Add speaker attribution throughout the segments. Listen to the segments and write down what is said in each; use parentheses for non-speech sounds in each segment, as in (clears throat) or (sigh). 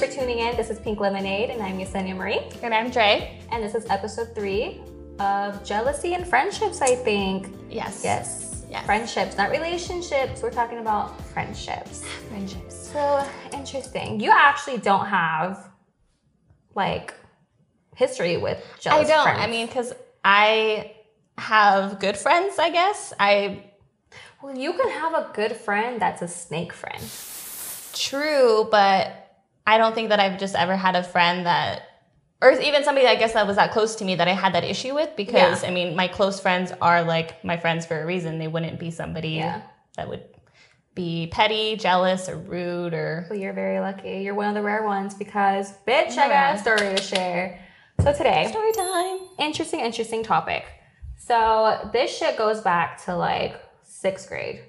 Speaker 1: This is Pink Lemonade, and I'm Yesenia Marie.
Speaker 2: And I'm Dre.
Speaker 1: And this is episode three of jealousy and friendships, I think.
Speaker 2: Yes.
Speaker 1: Yes.
Speaker 2: Yes.
Speaker 1: Friendships, not relationships. We're talking about friendships.
Speaker 2: Friendships.
Speaker 1: So interesting. You actually don't have like history with
Speaker 2: I
Speaker 1: jealous
Speaker 2: don't.
Speaker 1: friends.
Speaker 2: I mean, because I have good friends, I guess. I
Speaker 1: well, you can have a good friend that's a snake friend.
Speaker 2: true, but I don't think that I've just ever had a friend that, or even somebody I guess that was that close to me that I had that issue with. Because
Speaker 1: Yeah.
Speaker 2: I mean, my close friends are like my friends for a reason. They wouldn't be somebody
Speaker 1: Yeah.
Speaker 2: that would be petty, jealous, or rude, or
Speaker 1: Well, you're very lucky. You're one of the rare ones because, bitch, I
Speaker 2: Yeah.
Speaker 1: got a story to share. So today,
Speaker 2: story time.
Speaker 1: interesting, interesting topic. So this shit goes back to like sixth grade.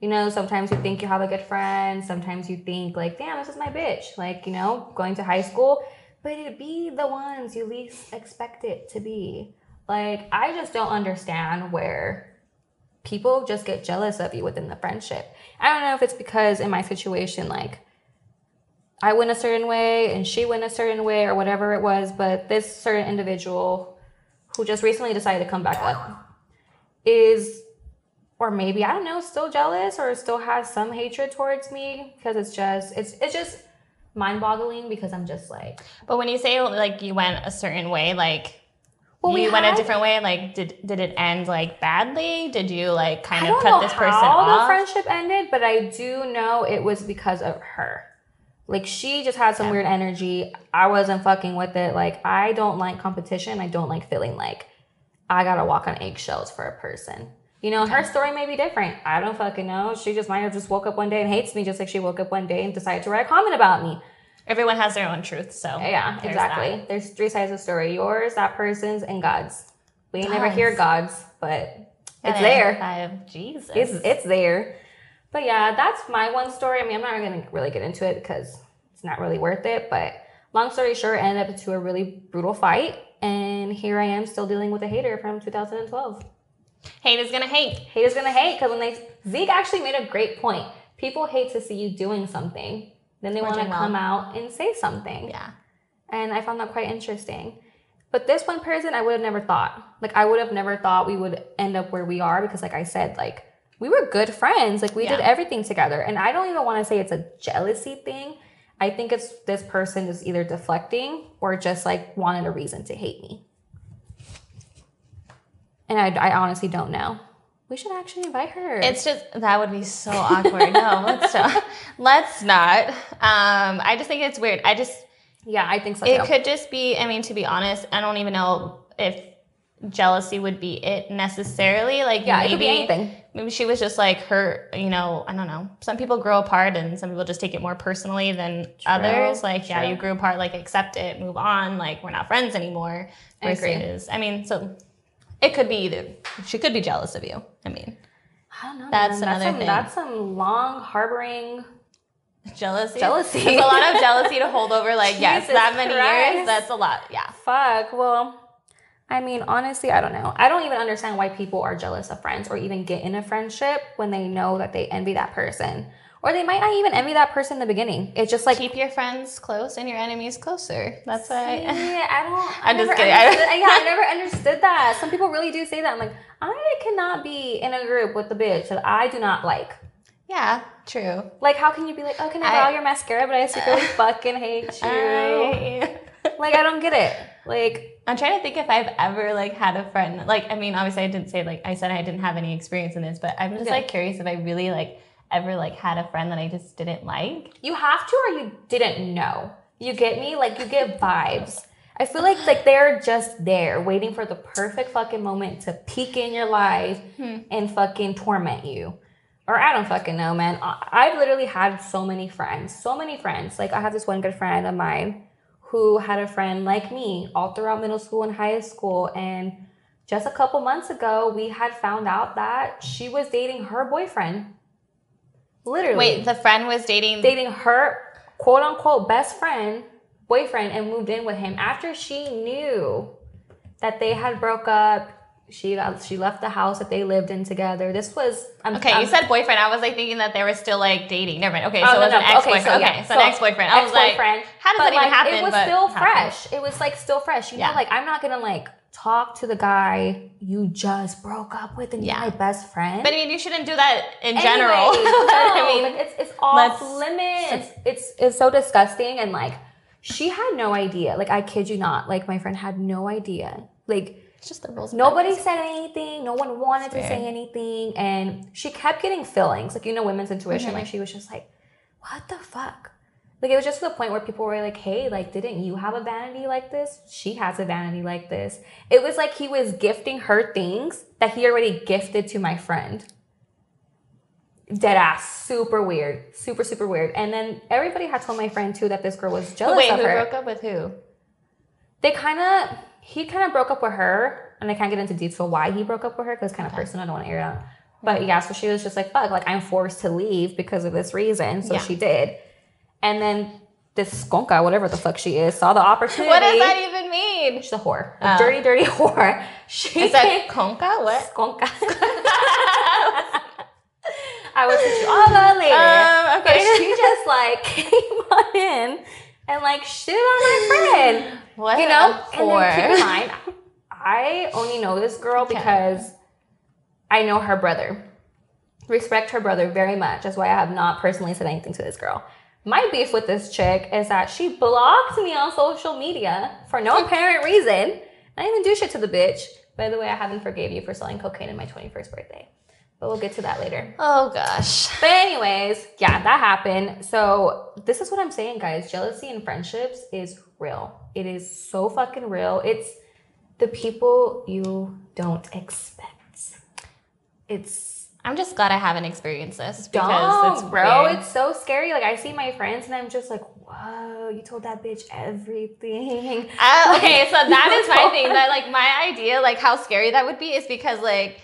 Speaker 1: You know, sometimes you think you have a good friend. Sometimes you think like, damn, this is my bitch. Like, you know, going to high school, but it be the ones you least expect it to be. Like, I just don't understand where people just get jealous of you within the friendship. I don't know if it's because in my situation, like, I went a certain way and she went a certain way or whatever it was, but this certain individual who just recently decided to come back up is or maybe I don't know, still jealous or still has some hatred towards me because it's just it's it's just mind-boggling because I'm just like
Speaker 2: But when you say like you went a certain way, like
Speaker 1: Well, we
Speaker 2: you went
Speaker 1: had-
Speaker 2: a different way, like did did it end like badly? Did you like kind
Speaker 1: I
Speaker 2: of
Speaker 1: don't
Speaker 2: cut
Speaker 1: know
Speaker 2: this person
Speaker 1: how the
Speaker 2: off?
Speaker 1: friendship ended, but I do know it was because of her. Like she just had some weird energy. I wasn't fucking with it. Like I don't like competition. I don't like feeling like I gotta walk on eggshells for a person. You know, her story may be different. I don't fucking know. She just might have just woke up one day and hates me, just like she woke up one day and decided to write a comment about me.
Speaker 2: Everyone has their own truth, so
Speaker 1: Yeah,
Speaker 2: there's
Speaker 1: exactly.
Speaker 2: that.
Speaker 1: There's three sides of the story: yours, that person's, and God's. We ain't never
Speaker 2: God's.
Speaker 1: hear God's, but
Speaker 2: And
Speaker 1: it's
Speaker 2: then
Speaker 1: there
Speaker 2: I have Jesus.
Speaker 1: it's it's there. But yeah, that's my one story. I mean, I'm not gonna really get into it because it's not really worth it. But long story short, it ended up to a really brutal fight, and here I am still dealing with a hater from 2012.
Speaker 2: hate is gonna hate.
Speaker 1: Haters gonna hate because when they Zeke actually made a great point. People hate to see you doing something, then they
Speaker 2: Or
Speaker 1: want to
Speaker 2: doing well.
Speaker 1: come out and say something.
Speaker 2: Yeah.
Speaker 1: And I found that quite interesting. But this one person, I would have never thought. Like, I would have never thought we would end up where we are because, like I said, like, we were good friends. Like, we did
Speaker 2: Yeah.
Speaker 1: everything together. And I don't even want to say it's a jealousy thing. I think it's this person is either deflecting or just like wanted a reason to hate me. And I, I honestly don't know. We should actually invite her.
Speaker 2: It's just that would be so awkward. no, (laughs) let's not. Let's not. Um, I just think it's weird. I just
Speaker 1: yeah, I think so.
Speaker 2: It
Speaker 1: too.
Speaker 2: could just be, I mean, to be honest, I don't even know if jealousy would be it necessarily. Like,
Speaker 1: Yeah, it
Speaker 2: maybe,
Speaker 1: could be anything.
Speaker 2: Maybe she was just like her, you know, I don't know. Some people grow apart and some people just take it more personally than others. Like, yeah,
Speaker 1: true.
Speaker 2: you grew apart, like, accept it, move on. Like, we're not friends anymore.
Speaker 1: I agree.
Speaker 2: Versus, I mean, so it could be either. She could be jealous of you. I mean,
Speaker 1: I don't know.
Speaker 2: That's
Speaker 1: man.
Speaker 2: another
Speaker 1: some,
Speaker 2: thing.
Speaker 1: That's some long harboring.
Speaker 2: jealousy.
Speaker 1: Jealousy.
Speaker 2: There's a lot (laughs) of jealousy to hold over, like, yes,
Speaker 1: Jesus
Speaker 2: that many
Speaker 1: Christ.
Speaker 2: years, that's a lot. Yeah.
Speaker 1: Fuck. Well, I mean, honestly, I don't know. I don't even understand why people are jealous of friends or even get in a friendship when they know that they envy that person. Or they might not even envy that person in the beginning. It's just like,
Speaker 2: keep your friends close and your enemies closer. That's why. (laughs)
Speaker 1: yeah, I don't. I
Speaker 2: I'm just
Speaker 1: never
Speaker 2: kidding.
Speaker 1: Understood,
Speaker 2: (laughs)
Speaker 1: yeah, I never understood that. Some people really do say that. I'm like, I cannot be in a group with the bitch that I do not like.
Speaker 2: Yeah, true.
Speaker 1: Like, how can you be like, oh, can I
Speaker 2: I-
Speaker 1: borrow your mascara? But I
Speaker 2: (laughs)
Speaker 1: secretly fucking hate you.
Speaker 2: I, (laughs)
Speaker 1: Like, I don't get it. Like,
Speaker 2: am trying to think if I've ever like had a friend. Like, I mean, obviously, I didn't say like I said I didn't have any experience in this, but I'm just
Speaker 1: Okay.
Speaker 2: like curious if I really like ever like had a friend that I just didn't like.
Speaker 1: you have to or you didn't know. You get me? Like you get vibes. I feel like like they're just there waiting for the perfect fucking moment to peek in your life and fucking torment you. Or I don't fucking know, man. I- I've literally had so many friends, so many friends. Like I have this one good friend of mine who had a friend like me all throughout middle school and high school and just a couple months ago, we had found out that she was dating her boyfriend. Literally
Speaker 2: Wait, the friend was dating.
Speaker 1: dating her quote unquote best friend boyfriend and moved in with him after she knew that they had broke up She got she left the house that they lived in together. This was I'm,
Speaker 2: Okay,
Speaker 1: I'm-
Speaker 2: you said boyfriend. I was like thinking that they were still like dating. Never mind. Okay,
Speaker 1: um, Oh,
Speaker 2: so
Speaker 1: no,
Speaker 2: it was
Speaker 1: no.
Speaker 2: an
Speaker 1: Okay,
Speaker 2: ex boyfriend.
Speaker 1: so,
Speaker 2: Okay,
Speaker 1: yeah.
Speaker 2: so, an
Speaker 1: So,
Speaker 2: ex boyfriend. I was like,
Speaker 1: ex-boyfriend.
Speaker 2: how does
Speaker 1: But,
Speaker 2: that even
Speaker 1: like,
Speaker 2: happen?
Speaker 1: It was
Speaker 2: But
Speaker 1: still
Speaker 2: happened.
Speaker 1: fresh. It was like still fresh. You
Speaker 2: Yeah.
Speaker 1: know, like I'm not gonna like talk to the guy you just broke up with and
Speaker 2: Yeah.
Speaker 1: you're my best friend.
Speaker 2: But I mean, you shouldn't do that in
Speaker 1: (laughs)
Speaker 2: general. (laughs)
Speaker 1: Anyways,
Speaker 2: I
Speaker 1: no,
Speaker 2: mean,
Speaker 1: like, it's it's off
Speaker 2: let's-
Speaker 1: limits. (laughs) It's it's so disgusting and like she had no idea. Like I kid you not. Like my friend had no idea. Like
Speaker 2: it's just the rules. of
Speaker 1: nobody said anything. No one wanted to
Speaker 2: Fair.
Speaker 1: say anything, and she kept getting feelings. Like you know, women's intuition.
Speaker 2: Mhm.
Speaker 1: Like she was just like, "What the fuck." Like it was just to the point where people were like, "Hey, like, didn't you have a vanity like this? She has a vanity like this." It was like he was gifting her things that he already gifted to my friend dead ass super weird super super weird and then everybody had told my friend too that this girl was jealous
Speaker 2: But wait,
Speaker 1: of
Speaker 2: who
Speaker 1: her
Speaker 2: broke up with who?
Speaker 1: they kind of he kind of broke up with her and i can't get into detail why he broke up with her because kind of personal i don't want to air it out but yeah so she was just like fuck like i'm forced to leave because of this reason so
Speaker 2: Yeah.
Speaker 1: she did and then this skonka whatever the fuck she is saw the opportunity
Speaker 2: What does that even mean?
Speaker 1: she's a whore
Speaker 2: Oh.
Speaker 1: a dirty dirty (laughs) whore she (laughs)
Speaker 2: Is that conca? What?
Speaker 1: skonka (laughs) i will teach you all that later
Speaker 2: Um,
Speaker 1: but she
Speaker 2: okay.
Speaker 1: just like (laughs) came on in and like shit on my friend.
Speaker 2: What
Speaker 1: you know?
Speaker 2: a
Speaker 1: And then keep
Speaker 2: whore.
Speaker 1: in mind, I only know this girl
Speaker 2: Okay.
Speaker 1: because I know her brother. Respect her brother very much. That's why I have not personally said anything to this girl. My beef with this chick is that she blocked me on social media for
Speaker 2: Hmm.
Speaker 1: no apparent reason. I didn't even do shit to the bitch. By the way, I haven't forgave you for selling cocaine on my 21st birthday. But we'll get to that later.
Speaker 2: Oh gosh.
Speaker 1: But anyways, yeah, that happened. So this is what I'm saying, guys. Jealousy in friendships is real. It is so fucking real. It's the people you don't expect. It's
Speaker 2: I'm just glad I haven't experienced this because
Speaker 1: dumb,
Speaker 2: it's
Speaker 1: bro.
Speaker 2: weird.
Speaker 1: It's so scary. Like I see my friends and I'm just like, whoa, you told that bitch everything.
Speaker 2: Uh, okay,
Speaker 1: (laughs)
Speaker 2: so that is my thing. That like my idea, like how scary that would be, is because like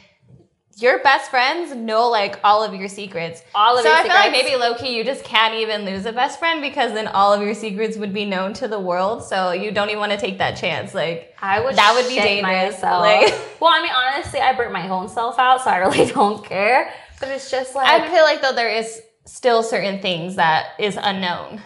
Speaker 2: your best friends know like all of your secrets.
Speaker 1: All of
Speaker 2: so
Speaker 1: your
Speaker 2: I feel like
Speaker 1: secrets.
Speaker 2: maybe low key you just can't even lose a best friend because then all of your secrets would be known to the world. So you don't even want to take that chance. Like
Speaker 1: I would
Speaker 2: That would be
Speaker 1: shit
Speaker 2: dangerous,
Speaker 1: myself.
Speaker 2: like-
Speaker 1: well, I mean, honestly, I burnt my own self out, so I really (laughs) don't care. But it's just like
Speaker 2: I feel like though there is still certain things that is unknown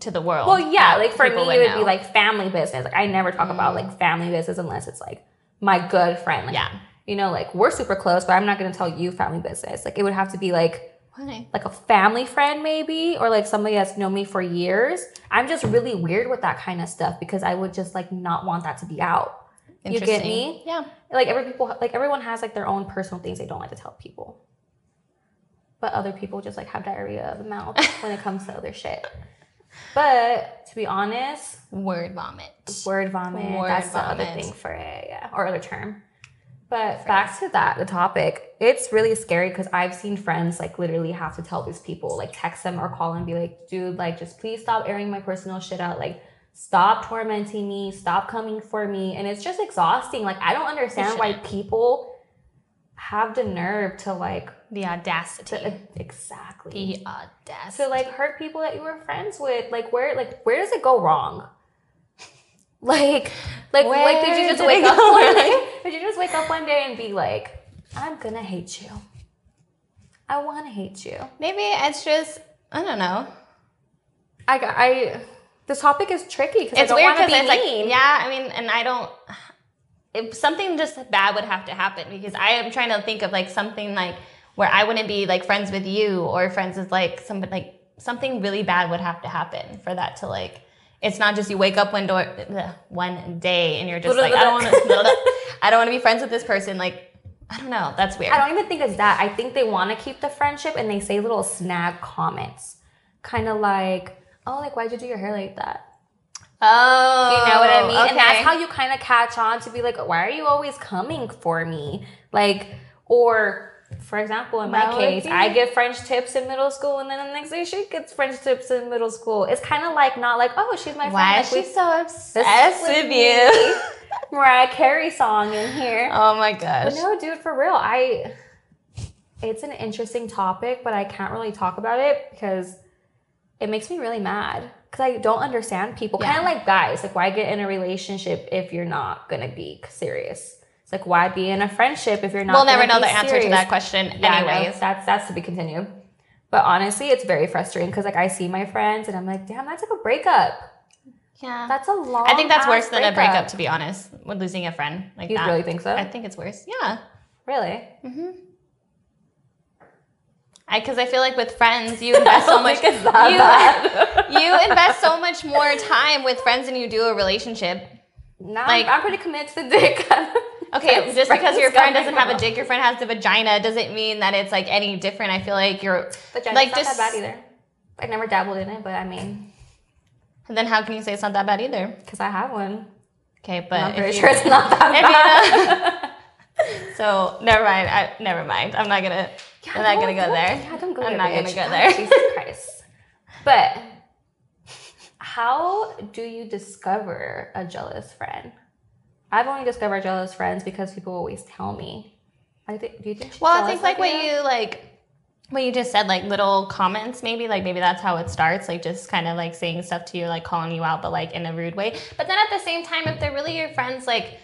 Speaker 2: to the world.
Speaker 1: Well, yeah,
Speaker 2: that
Speaker 1: like for me,
Speaker 2: people
Speaker 1: it would
Speaker 2: know. Mm.
Speaker 1: be like family business. Like I never talk about like family business unless it's like my good friend. Like,
Speaker 2: Yeah.
Speaker 1: You know, like we're super close, but I'm not gonna tell you family business. Like it would have to be like
Speaker 2: Why?
Speaker 1: like a family friend maybe, or like somebody that's known me for years. I'm just really weird with that kind of stuff because I would just like not want that to be out. You get
Speaker 2: Interesting.
Speaker 1: me?
Speaker 2: Yeah.
Speaker 1: Like every people, like everyone has like their own personal things they don't like to tell people. But other people just like have diarrhea of the mouth when it comes to other shit. But to be honest,
Speaker 2: Word vomit.
Speaker 1: Word vomit.
Speaker 2: Word
Speaker 1: that's the other
Speaker 2: vomit.
Speaker 1: thing for it, yeah, or other term. But back to that, the topic. It's really scary because I've seen friends like literally have to tell these people, like text them or call and be like, dude, like just please stop airing my personal shit out. Like, stop tormenting me, stop coming for me. And it's just exhausting. Like, I don't understand why people have the nerve to like
Speaker 2: The audacity.
Speaker 1: to, exactly
Speaker 2: the audacity.
Speaker 1: to like hurt people that you were friends with like where like where does it go wrong (laughs) like like like did you
Speaker 2: Where
Speaker 1: just
Speaker 2: did
Speaker 1: wake
Speaker 2: it (laughs)
Speaker 1: up
Speaker 2: go
Speaker 1: one
Speaker 2: wrong?
Speaker 1: day did you just wake up one day and be like i'm gonna hate you i want to hate you
Speaker 2: Maybe it's just I don't know.
Speaker 1: i got- i this topic is tricky because
Speaker 2: It's
Speaker 1: i don't
Speaker 2: weird
Speaker 1: want to
Speaker 2: because
Speaker 1: be
Speaker 2: it's
Speaker 1: mean
Speaker 2: like yeah. I mean, and I don't. If something just bad would have to happen because I am trying to think of like something like where I wouldn't be like friends with you or friends with like somebody like something really bad would have to happen for that to like. It's not just you wake up one door bleh, one day and you're just like I
Speaker 1: (laughs)
Speaker 2: don't want to. I don't want to be friends with this person. Like I don't know. That's weird.
Speaker 1: I don't even think it's that. I think they want to keep the friendship and they say little snag comments. Kind of like, oh, like, why'd you do your hair like that?
Speaker 2: Oh,
Speaker 1: You know what I mean? And that's
Speaker 2: okay.
Speaker 1: how you kind of catch on to be like, why are you always coming for me? Like, or for example, in my
Speaker 2: Well,
Speaker 1: case,
Speaker 2: okay.
Speaker 1: I get French tips in middle school, and then the next day she gets French tips in middle school. It's kind of like not like, oh, she's my friend.
Speaker 2: Why
Speaker 1: like,
Speaker 2: is
Speaker 1: we-
Speaker 2: she so
Speaker 1: this
Speaker 2: obsessed
Speaker 1: with
Speaker 2: with
Speaker 1: me.
Speaker 2: you? (laughs)
Speaker 1: Mariah Carey song in here.
Speaker 2: Oh my
Speaker 1: But
Speaker 2: gosh.
Speaker 1: no, dude, for real, I. It's an interesting topic, but I can't really talk about it because it makes me really mad because I don't understand people.
Speaker 2: Yeah.
Speaker 1: Kind of like guys, like why get in a relationship if you're not gonna be serious? It's like why be in a friendship if you're not?
Speaker 2: we'll never
Speaker 1: gonna
Speaker 2: know
Speaker 1: be
Speaker 2: the answer to
Speaker 1: serious?
Speaker 2: that question
Speaker 1: Yeah, I know.
Speaker 2: anyways.
Speaker 1: that's that's to be continued. But honestly, it's very frustrating because like I see my friends and I'm like, damn, that's like a breakup.
Speaker 2: Yeah.
Speaker 1: That's a long.
Speaker 2: I think that's
Speaker 1: ass
Speaker 2: worse than a breakup, to be honest, with losing a friend like
Speaker 1: You
Speaker 2: that.
Speaker 1: really think so?
Speaker 2: I think it's worse. Yeah.
Speaker 1: really?
Speaker 2: Mm-hmm. I because I feel like with
Speaker 1: (laughs)
Speaker 2: friends you invest so much.
Speaker 1: Oh It's that
Speaker 2: you,
Speaker 1: bad.
Speaker 2: (laughs) you invest so much more time with friends than you do a relationship.
Speaker 1: Nah,
Speaker 2: like-
Speaker 1: I'm, I'm pretty committed to the dick. (laughs)
Speaker 2: Okay,
Speaker 1: That's
Speaker 2: just because
Speaker 1: friends
Speaker 2: your friend
Speaker 1: coming
Speaker 2: doesn't have a
Speaker 1: up.
Speaker 2: dick, your friend has a vagina, doesn't mean that it's like any different. I feel like you're.
Speaker 1: But yeah,
Speaker 2: Like,
Speaker 1: it's not
Speaker 2: just-
Speaker 1: that bad either. I never dabbled in it, but I mean,
Speaker 2: Then how can you say it's not that bad either?
Speaker 1: because I have one.
Speaker 2: Okay,
Speaker 1: And
Speaker 2: but
Speaker 1: I'm
Speaker 2: if
Speaker 1: pretty
Speaker 2: you-
Speaker 1: sure it's not that
Speaker 2: (laughs) if you
Speaker 1: bad.
Speaker 2: (laughs) So never mind. I, never mind. I'm not gonna.
Speaker 1: Yeah,
Speaker 2: I'm not
Speaker 1: no,
Speaker 2: gonna go
Speaker 1: don't-
Speaker 2: there.
Speaker 1: Yeah, don't go
Speaker 2: I'm
Speaker 1: there,
Speaker 2: not gonna
Speaker 1: bitch.
Speaker 2: go
Speaker 1: Oh,
Speaker 2: there.
Speaker 1: Jesus Christ. But how do you discover a jealous friend? I've only discovered jealous friends because people always tell me. I think. Do you think? She's
Speaker 2: (laughs) Well, I
Speaker 1: jealous
Speaker 2: think like
Speaker 1: of
Speaker 2: what you like, what you just said, like little comments, maybe like maybe that's how it starts, like just kind of like saying stuff to you, like calling you out, but like in a rude way. But then at the same time, if they're really your friends, like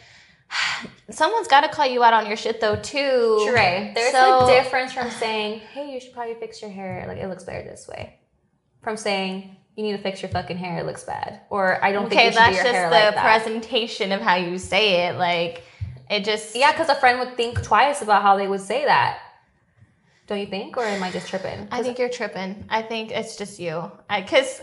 Speaker 2: (sighs) someone's got to call you out on your shit though too.
Speaker 1: Trey, there's
Speaker 2: So-
Speaker 1: a difference from saying, "Hey, you should probably fix your hair. Like it looks better this way," from saying, "You need to fix your fucking hair. It looks bad," or "I don't
Speaker 2: Okay,
Speaker 1: think you should do
Speaker 2: that's
Speaker 1: your
Speaker 2: just
Speaker 1: hair
Speaker 2: the
Speaker 1: like that."
Speaker 2: presentation of how you say it. Like it just
Speaker 1: Yeah, because a friend would think twice about how they would say that. Don't you think? Or am I just tripping?
Speaker 2: I think you're tripping. I think it's just you. Because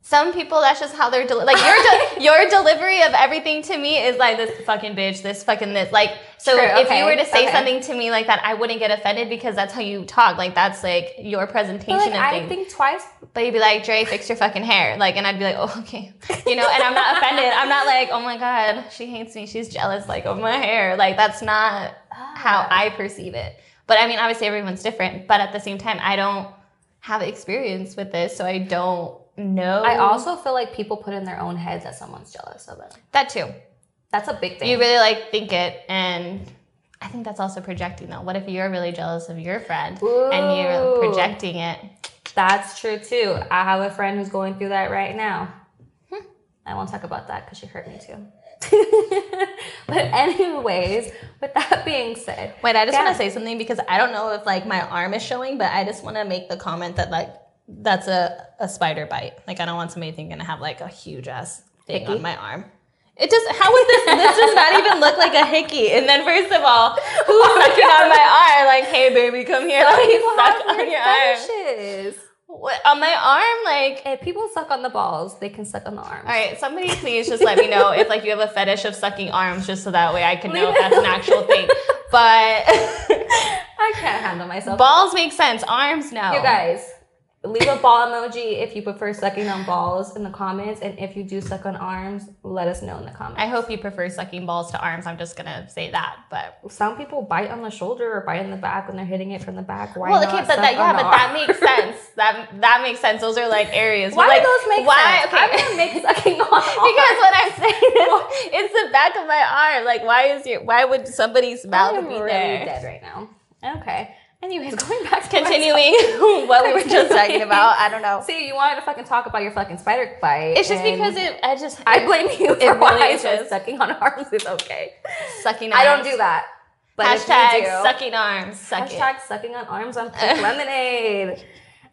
Speaker 2: some people, that's just how they're deli- like your
Speaker 1: (laughs)
Speaker 2: de- your delivery of everything to me is like this fucking bitch, this fucking this. Like so,
Speaker 1: True,
Speaker 2: if you
Speaker 1: okay,
Speaker 2: were to say
Speaker 1: okay.
Speaker 2: something to me like that, I wouldn't get offended because that's how you talk. Like that's like your
Speaker 1: But,
Speaker 2: presentation
Speaker 1: like,
Speaker 2: of
Speaker 1: I
Speaker 2: things.
Speaker 1: think twice.
Speaker 2: but you'd be like, Dre, fix your fucking hair. Like, and I'd be like, oh, okay. You know, and I'm not offended. I'm not like, oh my God, she hates me. She's jealous, like, of my hair. Like, that's not how
Speaker 1: Uh.
Speaker 2: I perceive it. But I mean, obviously, everyone's different. But at the same time, I don't have experience with this, so I don't know.
Speaker 1: I also feel like people put in their own heads that someone's jealous of them.
Speaker 2: that too.
Speaker 1: That's a big thing.
Speaker 2: You really like think it, and I think that's also projecting though. What if you're really jealous of your friend and you're
Speaker 1: Ooh.
Speaker 2: projecting it?
Speaker 1: That's true too. I have a friend who's going through that right now. Hmm. I won't talk about that because she hurt me too. (laughs) but anyways, with that being
Speaker 2: (laughs)
Speaker 1: said,
Speaker 2: Wait, I just
Speaker 1: Yeah.
Speaker 2: want to say something because I don't know if like my arm is showing, but I just want to make the comment that like that's a, a spider bite. Like I don't want somebody thinking I have like a huge ass thing
Speaker 1: Hickey?
Speaker 2: on my arm. It just how would this this does not even look like a hickey. And then first of all, who's sucking on my arm? Like hey baby, come here. Let me
Speaker 1: people
Speaker 2: suck
Speaker 1: have
Speaker 2: on
Speaker 1: weird
Speaker 2: your arm.
Speaker 1: fetishes.
Speaker 2: What, on my arm, like.
Speaker 1: If people suck on the balls, they can suck on the arms.
Speaker 2: All right, somebody please just let me know if like you have a fetish of sucking arms, just so that way I can know if that's an
Speaker 1: (laughs)
Speaker 2: actual thing. But (laughs)
Speaker 1: I can't handle myself.
Speaker 2: Balls make sense. Arms no.
Speaker 1: You guys, leave a ball emoji if you prefer sucking on balls in the comments, and if you do suck on arms, let us know in the comments.
Speaker 2: I hope you prefer sucking balls to arms. I'm just gonna say that, but
Speaker 1: Some people bite on the shoulder or bite on the back when they're hitting it from the back. Why
Speaker 2: well,
Speaker 1: not
Speaker 2: okay, but
Speaker 1: suck
Speaker 2: that yeah,
Speaker 1: on the
Speaker 2: but that
Speaker 1: arm?
Speaker 2: makes sense. That that makes sense. Those are like areas.
Speaker 1: Why
Speaker 2: but, like,
Speaker 1: do those make
Speaker 2: why,
Speaker 1: sense?
Speaker 2: Okay, (laughs)
Speaker 1: I'm gonna make (laughs) sucking on
Speaker 2: because what I'm saying is, it's the back of my arm. Like, why is your why would somebody's mouth
Speaker 1: I'm
Speaker 2: be
Speaker 1: really
Speaker 2: there?
Speaker 1: dead right now. Okay. Anyways, (laughs) going back to
Speaker 2: Continuing (laughs) what we were just talking about, I don't know.
Speaker 1: myself. (laughs) See, you wanted to fucking talk about your fucking spider bite.
Speaker 2: It's just
Speaker 1: and
Speaker 2: because it. I just
Speaker 1: I blame you for
Speaker 2: really
Speaker 1: why I
Speaker 2: is
Speaker 1: said
Speaker 2: just-
Speaker 1: sucking on arms is okay.
Speaker 2: sucking. Arms.
Speaker 1: I don't do that. But if you
Speaker 2: Hashtag
Speaker 1: do-
Speaker 2: sucking arms. Suck it.
Speaker 1: Hashtag sucking on arms
Speaker 2: (laughs)
Speaker 1: on pink lemonade.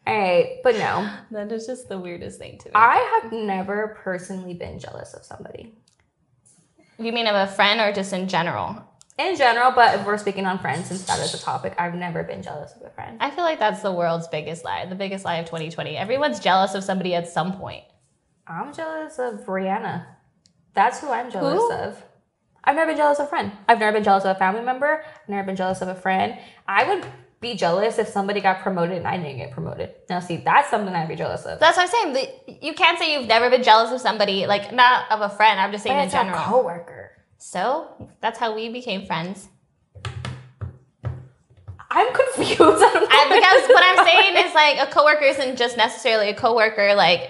Speaker 1: All right, but no,
Speaker 2: That is just the weirdest thing to me.
Speaker 1: I have never personally been jealous of somebody
Speaker 2: You mean of a friend or just in general?
Speaker 1: in general. But if we're speaking on friends, since that is a topic, I've never been jealous of a friend.
Speaker 2: I feel like that's the world's biggest lie, the biggest lie of 2020. Everyone's jealous of somebody at some point.
Speaker 1: I'm jealous of Rihanna. That's who I'm jealous
Speaker 2: Who?
Speaker 1: of. I've never been jealous of a friend. I've never been jealous of a family member. I've never been jealous of a friend. I would be jealous if somebody got promoted and I didn't get promoted. Now, see, that's something I'd be jealous of.
Speaker 2: That's what I'm saying. The- You can't say you've never been jealous of somebody, like not of a friend. I'm just saying
Speaker 1: But
Speaker 2: in
Speaker 1: it's a
Speaker 2: general.
Speaker 1: coworker.
Speaker 2: so that's how we became (laughs) friends.
Speaker 1: I'm (laughs) confused. I, don't know
Speaker 2: I,
Speaker 1: what
Speaker 2: because
Speaker 1: (laughs) this
Speaker 2: what I'm
Speaker 1: is
Speaker 2: saying is like a coworker isn't just necessarily a coworker. Like,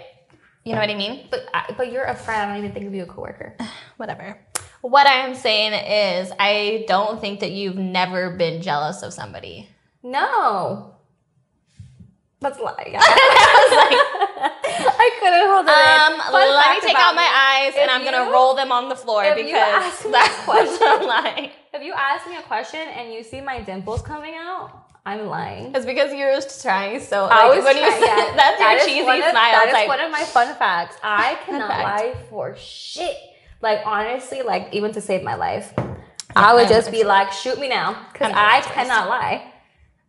Speaker 2: you know what I mean?
Speaker 1: But I, but you're a friend. I don't even think of you a coworker.
Speaker 2: Whatever. What I am saying is, I don't think that you've never been jealous of somebody.
Speaker 1: No. That's (laughs) lying.
Speaker 2: I
Speaker 1: I couldn't hold
Speaker 2: was
Speaker 1: it.
Speaker 2: like,
Speaker 1: in.
Speaker 2: um,
Speaker 1: Fun
Speaker 2: let
Speaker 1: fact
Speaker 2: me take
Speaker 1: about
Speaker 2: out my eyes and
Speaker 1: If
Speaker 2: I'm gonna
Speaker 1: you-
Speaker 2: roll them on the floor (laughs)
Speaker 1: if you
Speaker 2: because
Speaker 1: ask me a
Speaker 2: that's
Speaker 1: question-
Speaker 2: a lie.
Speaker 1: If you ask me a question and you see my dimples coming out, I'm lying.
Speaker 2: It's because you're just trying so. Like,
Speaker 1: I was
Speaker 2: when you
Speaker 1: trying-
Speaker 2: said
Speaker 1: yeah,
Speaker 2: that's
Speaker 1: that
Speaker 2: your
Speaker 1: is
Speaker 2: cheesy
Speaker 1: one of-
Speaker 2: smile.
Speaker 1: That
Speaker 2: it's
Speaker 1: is
Speaker 2: like,
Speaker 1: one of my fun facts. I cannot
Speaker 2: fact.
Speaker 1: lie for shit. Like honestly, like even to save my life, I would
Speaker 2: I'm
Speaker 1: just be
Speaker 2: honestly-
Speaker 1: like, shoot me now, because
Speaker 2: I'm
Speaker 1: I
Speaker 2: honestly-
Speaker 1: cannot lie.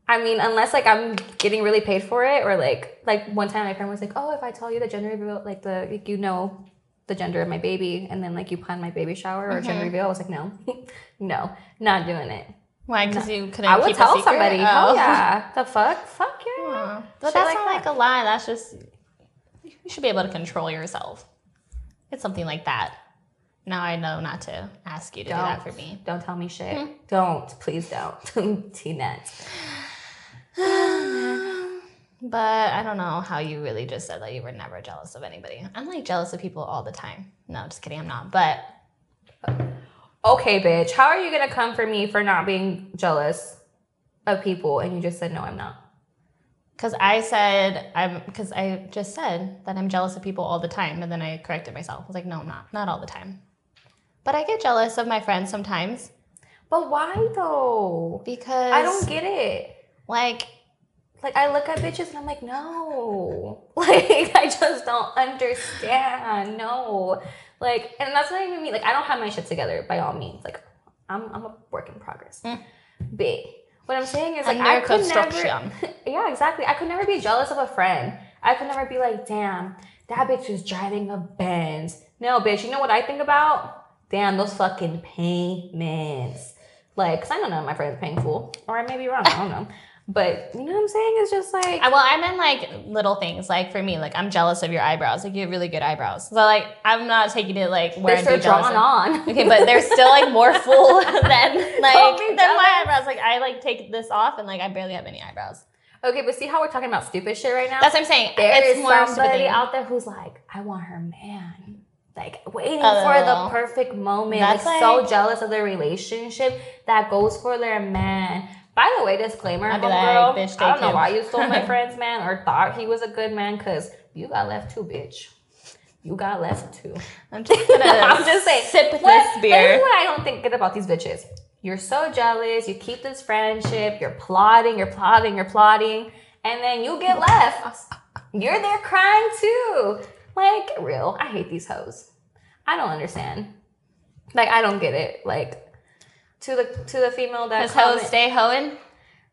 Speaker 1: I mean, unless like I'm getting really paid for it, or like like one time my friend was like, oh, if I tell you the gender reveal, like the like, you know the gender of my baby, and then like you plan my baby shower or
Speaker 2: Mm-hmm.
Speaker 1: gender reveal, I was like, no, (laughs) no, not doing it.
Speaker 2: why? Because you couldn't.
Speaker 1: I would
Speaker 2: keep a
Speaker 1: tell
Speaker 2: secret?
Speaker 1: somebody.
Speaker 2: Oh.
Speaker 1: Oh yeah, the fuck, fuck yeah.
Speaker 2: Aw.
Speaker 1: Shit
Speaker 2: (laughs) But that's
Speaker 1: like
Speaker 2: not
Speaker 1: that.
Speaker 2: like a lie. That's just you should be able to control yourself. It's something like that. Now I know not to ask you to do that Hmm. for me.
Speaker 1: Don't tell me shit. Don't. Please don't. (laughs) T-net.
Speaker 2: But I don't know how you really just said that you were never jealous of anybody. I'm like jealous of people all the time. No, just kidding. I'm not. But
Speaker 1: Okay, bitch. How are you going to come for me for not being jealous of people? And you just said, no, I'm not.
Speaker 2: because I said I'm because I just said that I'm jealous of people all the time, and then I corrected myself. I was like, no, I'm not. Not all the time. But I get jealous of my friends sometimes
Speaker 1: But why though?
Speaker 2: because
Speaker 1: I don't get it.
Speaker 2: like
Speaker 1: Like, I look at bitches and I'm like, no. (laughs) Like, I just don't understand. No. Like, and that's not even me. Like, I don't have my shit together by all means. Like, I'm, I'm a work in progress.
Speaker 2: Mm.
Speaker 1: Big. What I'm saying is, like,
Speaker 2: under
Speaker 1: I could never.
Speaker 2: construction.
Speaker 1: (laughs) Yeah, exactly. I could never be jealous of a friend. I could never be like, damn, that bitch was driving a Benz. No, bitch, you know what I think about? Damn, those fucking payments. Like, because I don't know if my friend's paying full, or I may be wrong. I don't
Speaker 2: (laughs)
Speaker 1: know. But you know what I'm saying? It's just like,
Speaker 2: I, well, I meant like little things. Like for me, like I'm jealous of your eyebrows. Like you have really good eyebrows. So like I'm not taking it like where
Speaker 1: they're
Speaker 2: I'd
Speaker 1: so
Speaker 2: be jealous.
Speaker 1: drawn
Speaker 2: of-
Speaker 1: on.
Speaker 2: Okay, (laughs) but they're still like more full (laughs)
Speaker 1: (laughs)
Speaker 2: than like
Speaker 1: be
Speaker 2: than my eyebrows. Like I like take this off and like I barely have any eyebrows.
Speaker 1: (laughs) okay, but see how we're talking about stupid shit right now?
Speaker 2: That's what I'm saying.
Speaker 1: There
Speaker 2: it's
Speaker 1: is
Speaker 2: more stupid
Speaker 1: somebody
Speaker 2: thing.
Speaker 1: out there who's like, I want her man. Like waiting for
Speaker 2: Oh.
Speaker 1: the perfect moment.
Speaker 2: That's
Speaker 1: like, so
Speaker 2: like-
Speaker 1: jealous of their relationship that goes for their man. By the way, disclaimer,
Speaker 2: I'd be
Speaker 1: homegirl,
Speaker 2: like, bitch,
Speaker 1: I don't
Speaker 2: take
Speaker 1: know
Speaker 2: him.
Speaker 1: why you stole
Speaker 2: (laughs)
Speaker 1: my friend's man or thought he was a good man, cause you got left too, bitch. You got left too.
Speaker 2: (laughs) I'm just gonna
Speaker 1: I'm just saying.
Speaker 2: sip
Speaker 1: What-
Speaker 2: this
Speaker 1: This is
Speaker 2: beer.
Speaker 1: what I don't think good about these bitches. You're so jealous. You keep this friendship. You're plotting. You're plotting. You're plotting, and then you get left. You're there crying too. Like get real. I hate these hoes. I don't understand. Like I don't get it. Like to the to the female that
Speaker 2: This hoe
Speaker 1: comment-
Speaker 2: stay hoeing.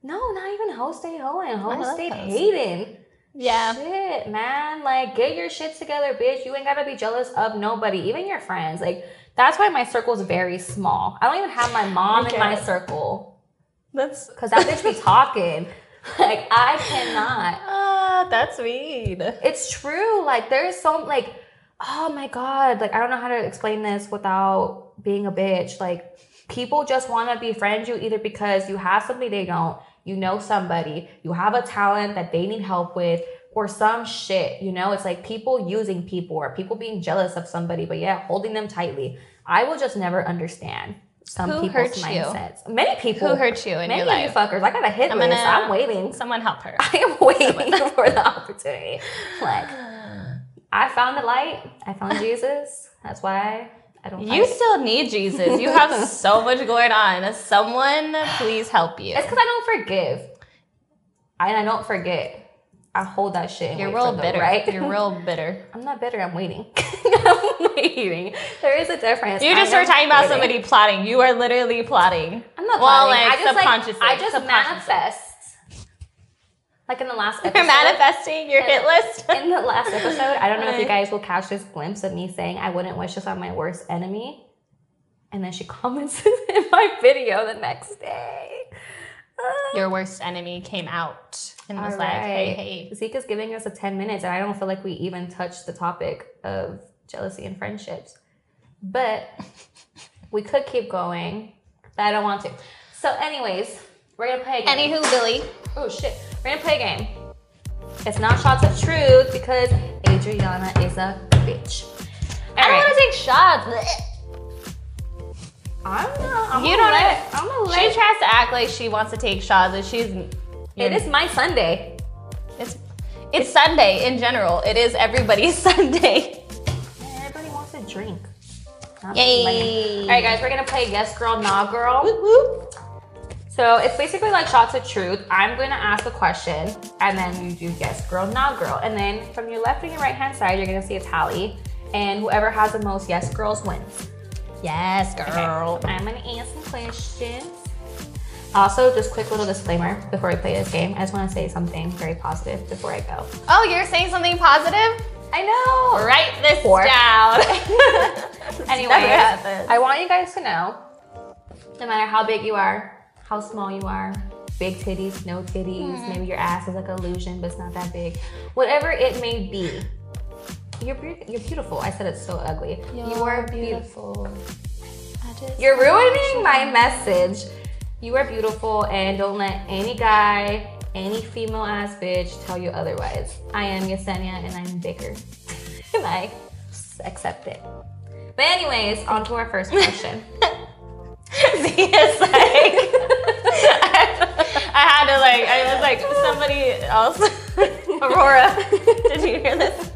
Speaker 1: no, not even hoes stay hoeing. Hoes
Speaker 2: love
Speaker 1: stay
Speaker 2: hoes.
Speaker 1: hating.
Speaker 2: Yeah.
Speaker 1: Shit, man. Like, get your shit together, bitch. You ain't gotta be jealous of nobody, even your friends. Like, that's why my circle's very small. I don't even have my mom in
Speaker 2: Okay.
Speaker 1: my circle.
Speaker 2: That's
Speaker 1: Cause that bitch be
Speaker 2: (laughs)
Speaker 1: talking. Like, I cannot.
Speaker 2: ah, that's weed.
Speaker 1: It's true. Like, there's so like, oh my god. Like, I don't know how to explain this without being a bitch. Like, people just wanna befriend you either because you have something they don't, you know somebody, you have a talent that they need help with, or some shit. You know, it's like people using people or people being jealous of somebody, but yeah, holding them tightly. I will just never understand some
Speaker 2: Who
Speaker 1: people's
Speaker 2: hurt you?
Speaker 1: mindsets. Many people
Speaker 2: Who hurt you in
Speaker 1: many
Speaker 2: your
Speaker 1: of you
Speaker 2: life?
Speaker 1: fuckers. I got a hit
Speaker 2: I'm
Speaker 1: list.
Speaker 2: gonna-
Speaker 1: I'm waiting.
Speaker 2: Someone help her.
Speaker 1: (laughs) I am waiting for the opportunity. Like, I found the light. I
Speaker 2: (laughs)
Speaker 1: found Jesus. That's why I don't.
Speaker 2: You
Speaker 1: fight.
Speaker 2: still need Jesus. You (laughs) have so much going on. Someone please help you.
Speaker 1: It's because I don't forgive. I, I don't forget. I hold that shit. and
Speaker 2: You're
Speaker 1: wait for
Speaker 2: real
Speaker 1: the
Speaker 2: bitter.
Speaker 1: right?
Speaker 2: You're real (laughs) bitter.
Speaker 1: I'm not bitter. I'm waiting. (laughs) I'm waiting. There is a difference.
Speaker 2: You just
Speaker 1: I
Speaker 2: were
Speaker 1: am
Speaker 2: talking
Speaker 1: waiting.
Speaker 2: about somebody plotting. You are literally plotting.
Speaker 1: I'm not
Speaker 2: Well,
Speaker 1: plotting.
Speaker 2: like,
Speaker 1: I just
Speaker 2: subconsciously.
Speaker 1: Like, I just
Speaker 2: Subconsciously.
Speaker 1: manifest. Like in the last episode.
Speaker 2: (laughs) You're manifesting your hit list.
Speaker 1: in the last episode, I don't know if you
Speaker 2: Right.
Speaker 1: guys will catch this glimpse of me saying I wouldn't wish this on my worst enemy. And then she (laughs) comments in my video the next day. Uh,
Speaker 2: Your worst enemy came out and was
Speaker 1: All
Speaker 2: like, hey,
Speaker 1: right.
Speaker 2: hey.
Speaker 1: Zeke is giving us a 10 minutes, and I don't feel like we even touched the topic of jealousy and friendships. But we could keep going, but I don't want to. So, anyways, we're gonna play a game.
Speaker 2: Anywho, Billy.
Speaker 1: Oh shit. We're gonna play a game. It's not shots of truth because Adriana is a bitch.
Speaker 2: I don't
Speaker 1: Alright.
Speaker 2: want to take shots. Blech.
Speaker 1: I'm not. I'm
Speaker 2: You
Speaker 1: gonna
Speaker 2: don't
Speaker 1: let, I'm gonna
Speaker 2: She
Speaker 1: let.
Speaker 2: tries to act like she wants to take shots, and she's.
Speaker 1: it is my Sunday.
Speaker 2: It's, it's (laughs) Sunday in general. It is everybody's Sunday.
Speaker 1: Everybody wants a drink. Not lame.
Speaker 2: Yay!
Speaker 1: All right, guys, we're gonna play Yes Girl, Nah Girl. So it's basically like shots of truth. I'm gonna ask a question, and then you do yes girl, nah girl, and then from your left and your right hand side, you're gonna see a tally, and whoever has the most yes girls wins.
Speaker 2: Yes, girl.
Speaker 1: I'm gonna answer some questions. Also, just quick little disclaimer before we play this game. I just want to say something very positive before I go.
Speaker 2: Oh, you're saying something
Speaker 1: (laughs)
Speaker 2: positive?
Speaker 1: I know.
Speaker 2: Write this
Speaker 1: Four.
Speaker 2: down.
Speaker 1: (laughs) Anyway,
Speaker 2: Never happens.
Speaker 1: I want you guys to know no matter how big you are, how small you are, big titties, no titties, maybe your ass is like a illusion, but it's not that big, whatever it may be, you're, beau- you're beautiful. I said it's so ugly. you are beautiful.
Speaker 2: I just- (laughs)
Speaker 1: You're ruining my message. You are beautiful, and don't let any guy, any female ass bitch tell you otherwise. I am Yesenia, and I'm bigger. (laughs) and I accept it. But, anyways, on to our first question.
Speaker 2: Zia's like, (laughs) I had to like, I was like, somebody else, (laughs)
Speaker 1: (laughs)
Speaker 2: Aurora, did you hear this?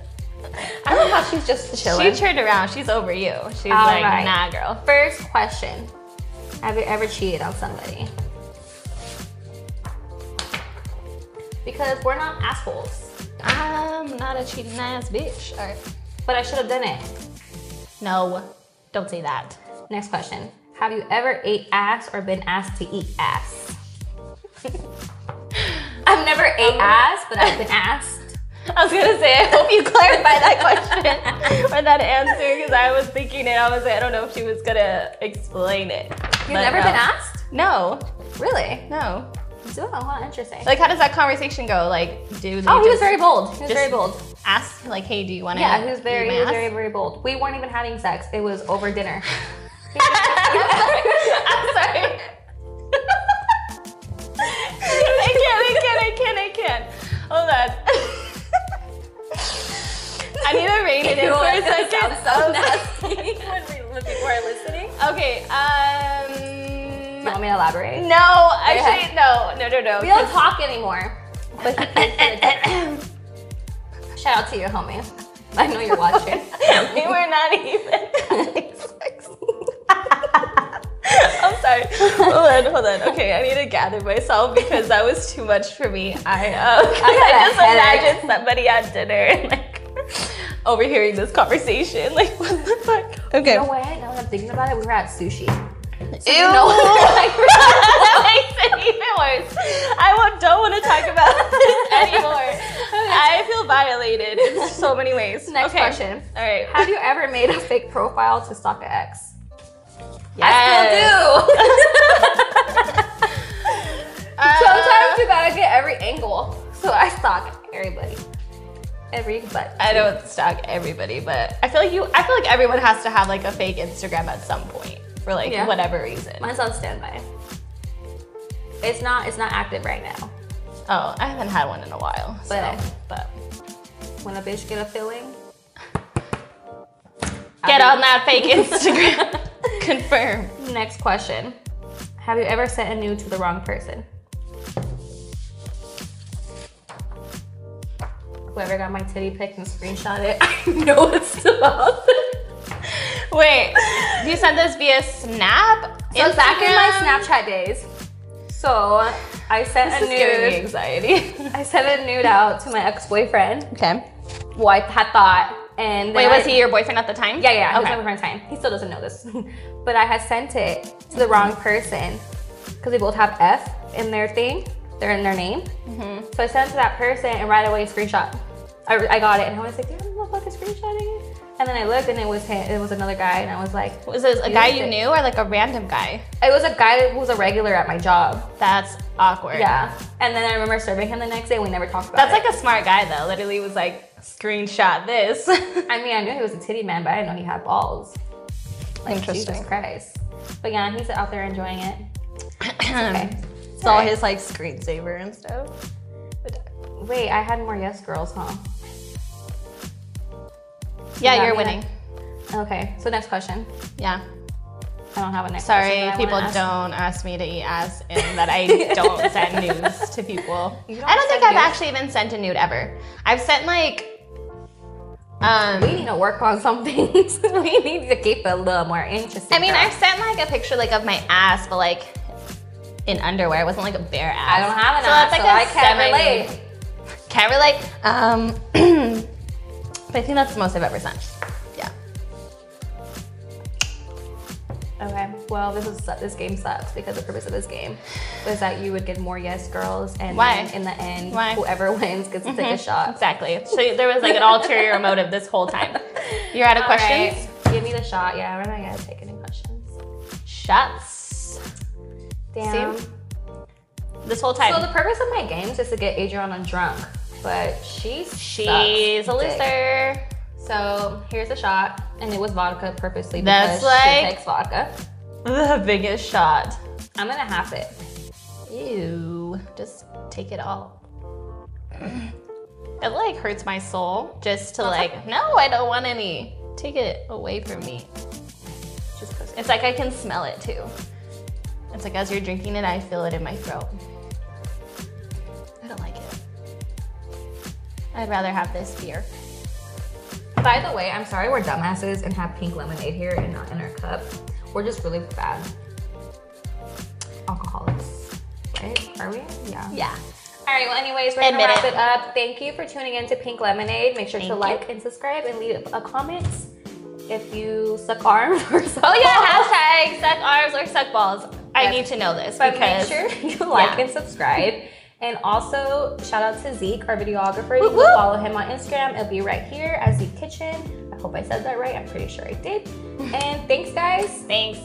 Speaker 1: I love how she's just chilling.
Speaker 2: She turned around. She's over you. She's
Speaker 1: All
Speaker 2: like,
Speaker 1: right.
Speaker 2: nah, girl.
Speaker 1: first question Have you ever cheated on somebody? Because we're not assholes,
Speaker 2: I'm not a cheating ass bitch. Or
Speaker 1: but I should have done it.
Speaker 2: no, don't say that.
Speaker 1: Next question Have you ever ate ass or been asked to eat ass? (laughs) I've never
Speaker 2: Um,
Speaker 1: ate ass, but I've been
Speaker 2: (laughs)
Speaker 1: asked.
Speaker 2: I was gonna say, I hope you (laughs) clarify that question or that answer because I was thinking it. I was like, I don't know if she was gonna explain it.
Speaker 1: You've never been
Speaker 2: uh,
Speaker 1: asked?
Speaker 2: No,
Speaker 1: Really?
Speaker 2: no.
Speaker 1: Oh, how interesting.
Speaker 2: Like, how does that conversation go? Like, do they
Speaker 1: oh, he was
Speaker 2: just
Speaker 1: very bold. He was
Speaker 2: just-
Speaker 1: very bold.
Speaker 2: ask like, hey, do you want to?
Speaker 1: Yeah, he was very, he was very, very bold. We weren't even having sex. It was over
Speaker 2: (laughs)
Speaker 1: dinner. (laughs)
Speaker 2: I'm sorry. (laughs) I can't, I can't, I can't, I can't. Hold on. (laughs) I need to rein it in
Speaker 1: Ew,
Speaker 2: for a
Speaker 1: that
Speaker 2: second.
Speaker 1: sounds so
Speaker 2: Oh, (laughs)
Speaker 1: nasty.
Speaker 2: when we- before listening. Okay, um.
Speaker 1: you want me to elaborate?
Speaker 2: No, actually, no, no, no, no.
Speaker 1: We don't talk anymore. But he paid for the dinner. Shout out to your homie. I know you're
Speaker 2: (laughs)
Speaker 1: watching. (laughs)
Speaker 2: we were not even having sex. (laughs) I'm sorry.
Speaker 1: (laughs)
Speaker 2: Hold on, hold on. Okay, I need to gather myself because that was too much for me. I
Speaker 1: (laughs) got
Speaker 2: um, I,
Speaker 1: a
Speaker 2: just
Speaker 1: headache.
Speaker 2: imagine somebody at dinner (laughs) and like overhearing this conversation. Like, what the fuck? Okay.
Speaker 1: You know what? Now that I'm thinking about it, we were at sushi.
Speaker 2: Ew.
Speaker 1: You know
Speaker 2: (laughs) that makes it even worse. I won't- don't want to talk about (laughs) this anymore. I feel violated in so many ways.
Speaker 1: Next
Speaker 2: Okay.
Speaker 1: question.
Speaker 2: All right.
Speaker 1: Have you ever made a fake profile to stalk an ex?
Speaker 2: (laughs) Yes.
Speaker 1: I still do. (laughs)
Speaker 2: (laughs) Uh,
Speaker 1: Sometimes you gotta get every angle. So I stalk everybody. Everybody.
Speaker 2: I don't stalk everybody, but I feel like you. I feel like everyone has to have like a fake Instagram at some point for like
Speaker 1: Yeah.
Speaker 2: whatever reason.
Speaker 1: Mine's on standby. It's not. It's not active right now.
Speaker 2: Oh, I haven't had one in a while. So,
Speaker 1: But-
Speaker 2: but
Speaker 1: When a bitch get a feeling, I'll
Speaker 2: get
Speaker 1: be-
Speaker 2: on that
Speaker 1: (laughs)
Speaker 2: fake Instagram. Confirm.
Speaker 1: Next question. Have you ever sent a nude to the wrong person? Whoever got my titty pic and screenshot it, (laughs) I know it's about.
Speaker 2: Wait, you sent this via Snap?
Speaker 1: So back in my
Speaker 2: Instagram?
Speaker 1: Snapchat days, so I sent
Speaker 2: This
Speaker 1: a
Speaker 2: is giving me
Speaker 1: nude. (laughs)
Speaker 2: anxiety.
Speaker 1: I sent a nude out to my ex-boyfriend,
Speaker 2: okay.
Speaker 1: who I had thought, and then
Speaker 2: Wait,
Speaker 1: I-
Speaker 2: was he your boyfriend at the time?
Speaker 1: Yeah, yeah, yeah.
Speaker 2: Okay.
Speaker 1: He was my boyfriend's time. He still doesn't know this, (laughs) but I had sent it to the wrong person because they both have F in their thing. They're in their name.
Speaker 2: Mm-hmm.
Speaker 1: So I sent it to that person, and right away screenshot. I, I got it, and I was like, "Damn, this motherfucker screenshotting." it." And then I looked, and it was him. It was another guy, and I was like,
Speaker 2: Was this a guy
Speaker 1: used
Speaker 2: you
Speaker 1: it.
Speaker 2: knew or like a random guy?
Speaker 1: "It was a guy who was a regular at my job."
Speaker 2: That's awkward.
Speaker 1: Yeah. And then I remember serving him the next day. We never talked about
Speaker 2: That's
Speaker 1: it.
Speaker 2: like a smart guy though. Literally was like,
Speaker 1: (laughs)
Speaker 2: screenshot this.
Speaker 1: I mean, I knew he was a titty man, but I didn't know he had balls. Like,
Speaker 2: Interesting.
Speaker 1: Jesus Christ. But yeah, he's out there enjoying it.
Speaker 2: Mm-hmm.
Speaker 1: Okay.
Speaker 2: It's all his like screensaver and stuff.
Speaker 1: Wait, I had more yes girls, huh?
Speaker 2: Yeah,
Speaker 1: Yeah,
Speaker 2: you're
Speaker 1: I mean,
Speaker 2: winning.
Speaker 1: Okay, so next question.
Speaker 2: Yeah.
Speaker 1: I don't have a next question.
Speaker 2: Sorry,
Speaker 1: that I
Speaker 2: people
Speaker 1: wanna ask.
Speaker 2: don't ask me to
Speaker 1: (laughs)
Speaker 2: eat ass and that I don't send nudes to people.
Speaker 1: You don't
Speaker 2: I don't think
Speaker 1: send
Speaker 2: I've
Speaker 1: nudes?
Speaker 2: actually even sent a nude ever. I've sent like Um,
Speaker 1: We need to work on some (laughs) things. we need to keep it a little more interesting.
Speaker 2: I mean,
Speaker 1: girl.
Speaker 2: I've sent like a picture like of my ass, but like in underwear. It wasn't like a bare
Speaker 1: I
Speaker 2: ass.
Speaker 1: don't have an
Speaker 2: so
Speaker 1: ass,
Speaker 2: that's, like,
Speaker 1: so I
Speaker 2: a
Speaker 1: can't
Speaker 2: semi-
Speaker 1: relate.
Speaker 2: Can't relate. Um, (clears throat) but I think that's the most I've ever sent. Yeah.
Speaker 1: Okay. Well, this is this game sucks because the purpose of this game was that you would get more yes girls, and
Speaker 2: Why?
Speaker 1: then in the end,
Speaker 2: Why? Mm-hmm.
Speaker 1: whoever (laughs) wins gets to take a shot.
Speaker 2: Exactly. So there was like an ulterior motive this whole time. You're out of
Speaker 1: All
Speaker 2: questions.
Speaker 1: right, Give me the shot. Yeah, we're not gonna take any questions.
Speaker 2: Shots.
Speaker 1: Damn.
Speaker 2: Same This whole time.
Speaker 1: So the purpose of my games is to get Adriana drunk, but she
Speaker 2: She's
Speaker 1: sucks
Speaker 2: a
Speaker 1: dick.
Speaker 2: loser.
Speaker 1: So here's a shot, and it was vodka purposely because
Speaker 2: That's
Speaker 1: she
Speaker 2: like-
Speaker 1: takes vodka.
Speaker 2: The biggest shot.
Speaker 1: I'm gonna half it.
Speaker 2: Ew. Just take it all. It like hurts my soul just to like, no, I don't want any. Take it away from me.
Speaker 1: Just cause
Speaker 2: It's like I can smell it too. It's like as you're drinking it, I feel it in my throat. I don't like it. I'd rather have this beer.
Speaker 1: By the way, I'm sorry we're dumbasses and have pink lemonade here and not in our cup. We're just really bad alcoholics, right? Are we? Yeah.
Speaker 2: Yeah.
Speaker 1: All right. Well, anyways, we're
Speaker 2: Admit
Speaker 1: gonna wrap
Speaker 2: it.
Speaker 1: it. up. Thank you for tuning in to Pink Lemonade. Make sure
Speaker 2: Thank
Speaker 1: to
Speaker 2: you.
Speaker 1: like and subscribe and leave a comment if you suck arms or something.
Speaker 2: Oh yeah, hashtag suck arms or suck balls. I
Speaker 1: Yes.
Speaker 2: need to know
Speaker 1: (laughs)
Speaker 2: this
Speaker 1: But
Speaker 2: because
Speaker 1: make sure you (laughs) like
Speaker 2: Yeah.
Speaker 1: and subscribe. And also, shout out to Zeke, our videographer. You
Speaker 2: Woot
Speaker 1: can
Speaker 2: woot.
Speaker 1: follow him on Instagram. It'll be right here at Zeke Kitchen. I hope I
Speaker 2: (laughs)
Speaker 1: said that right. I'm pretty sure I did. And thanks, guys.
Speaker 2: thanks.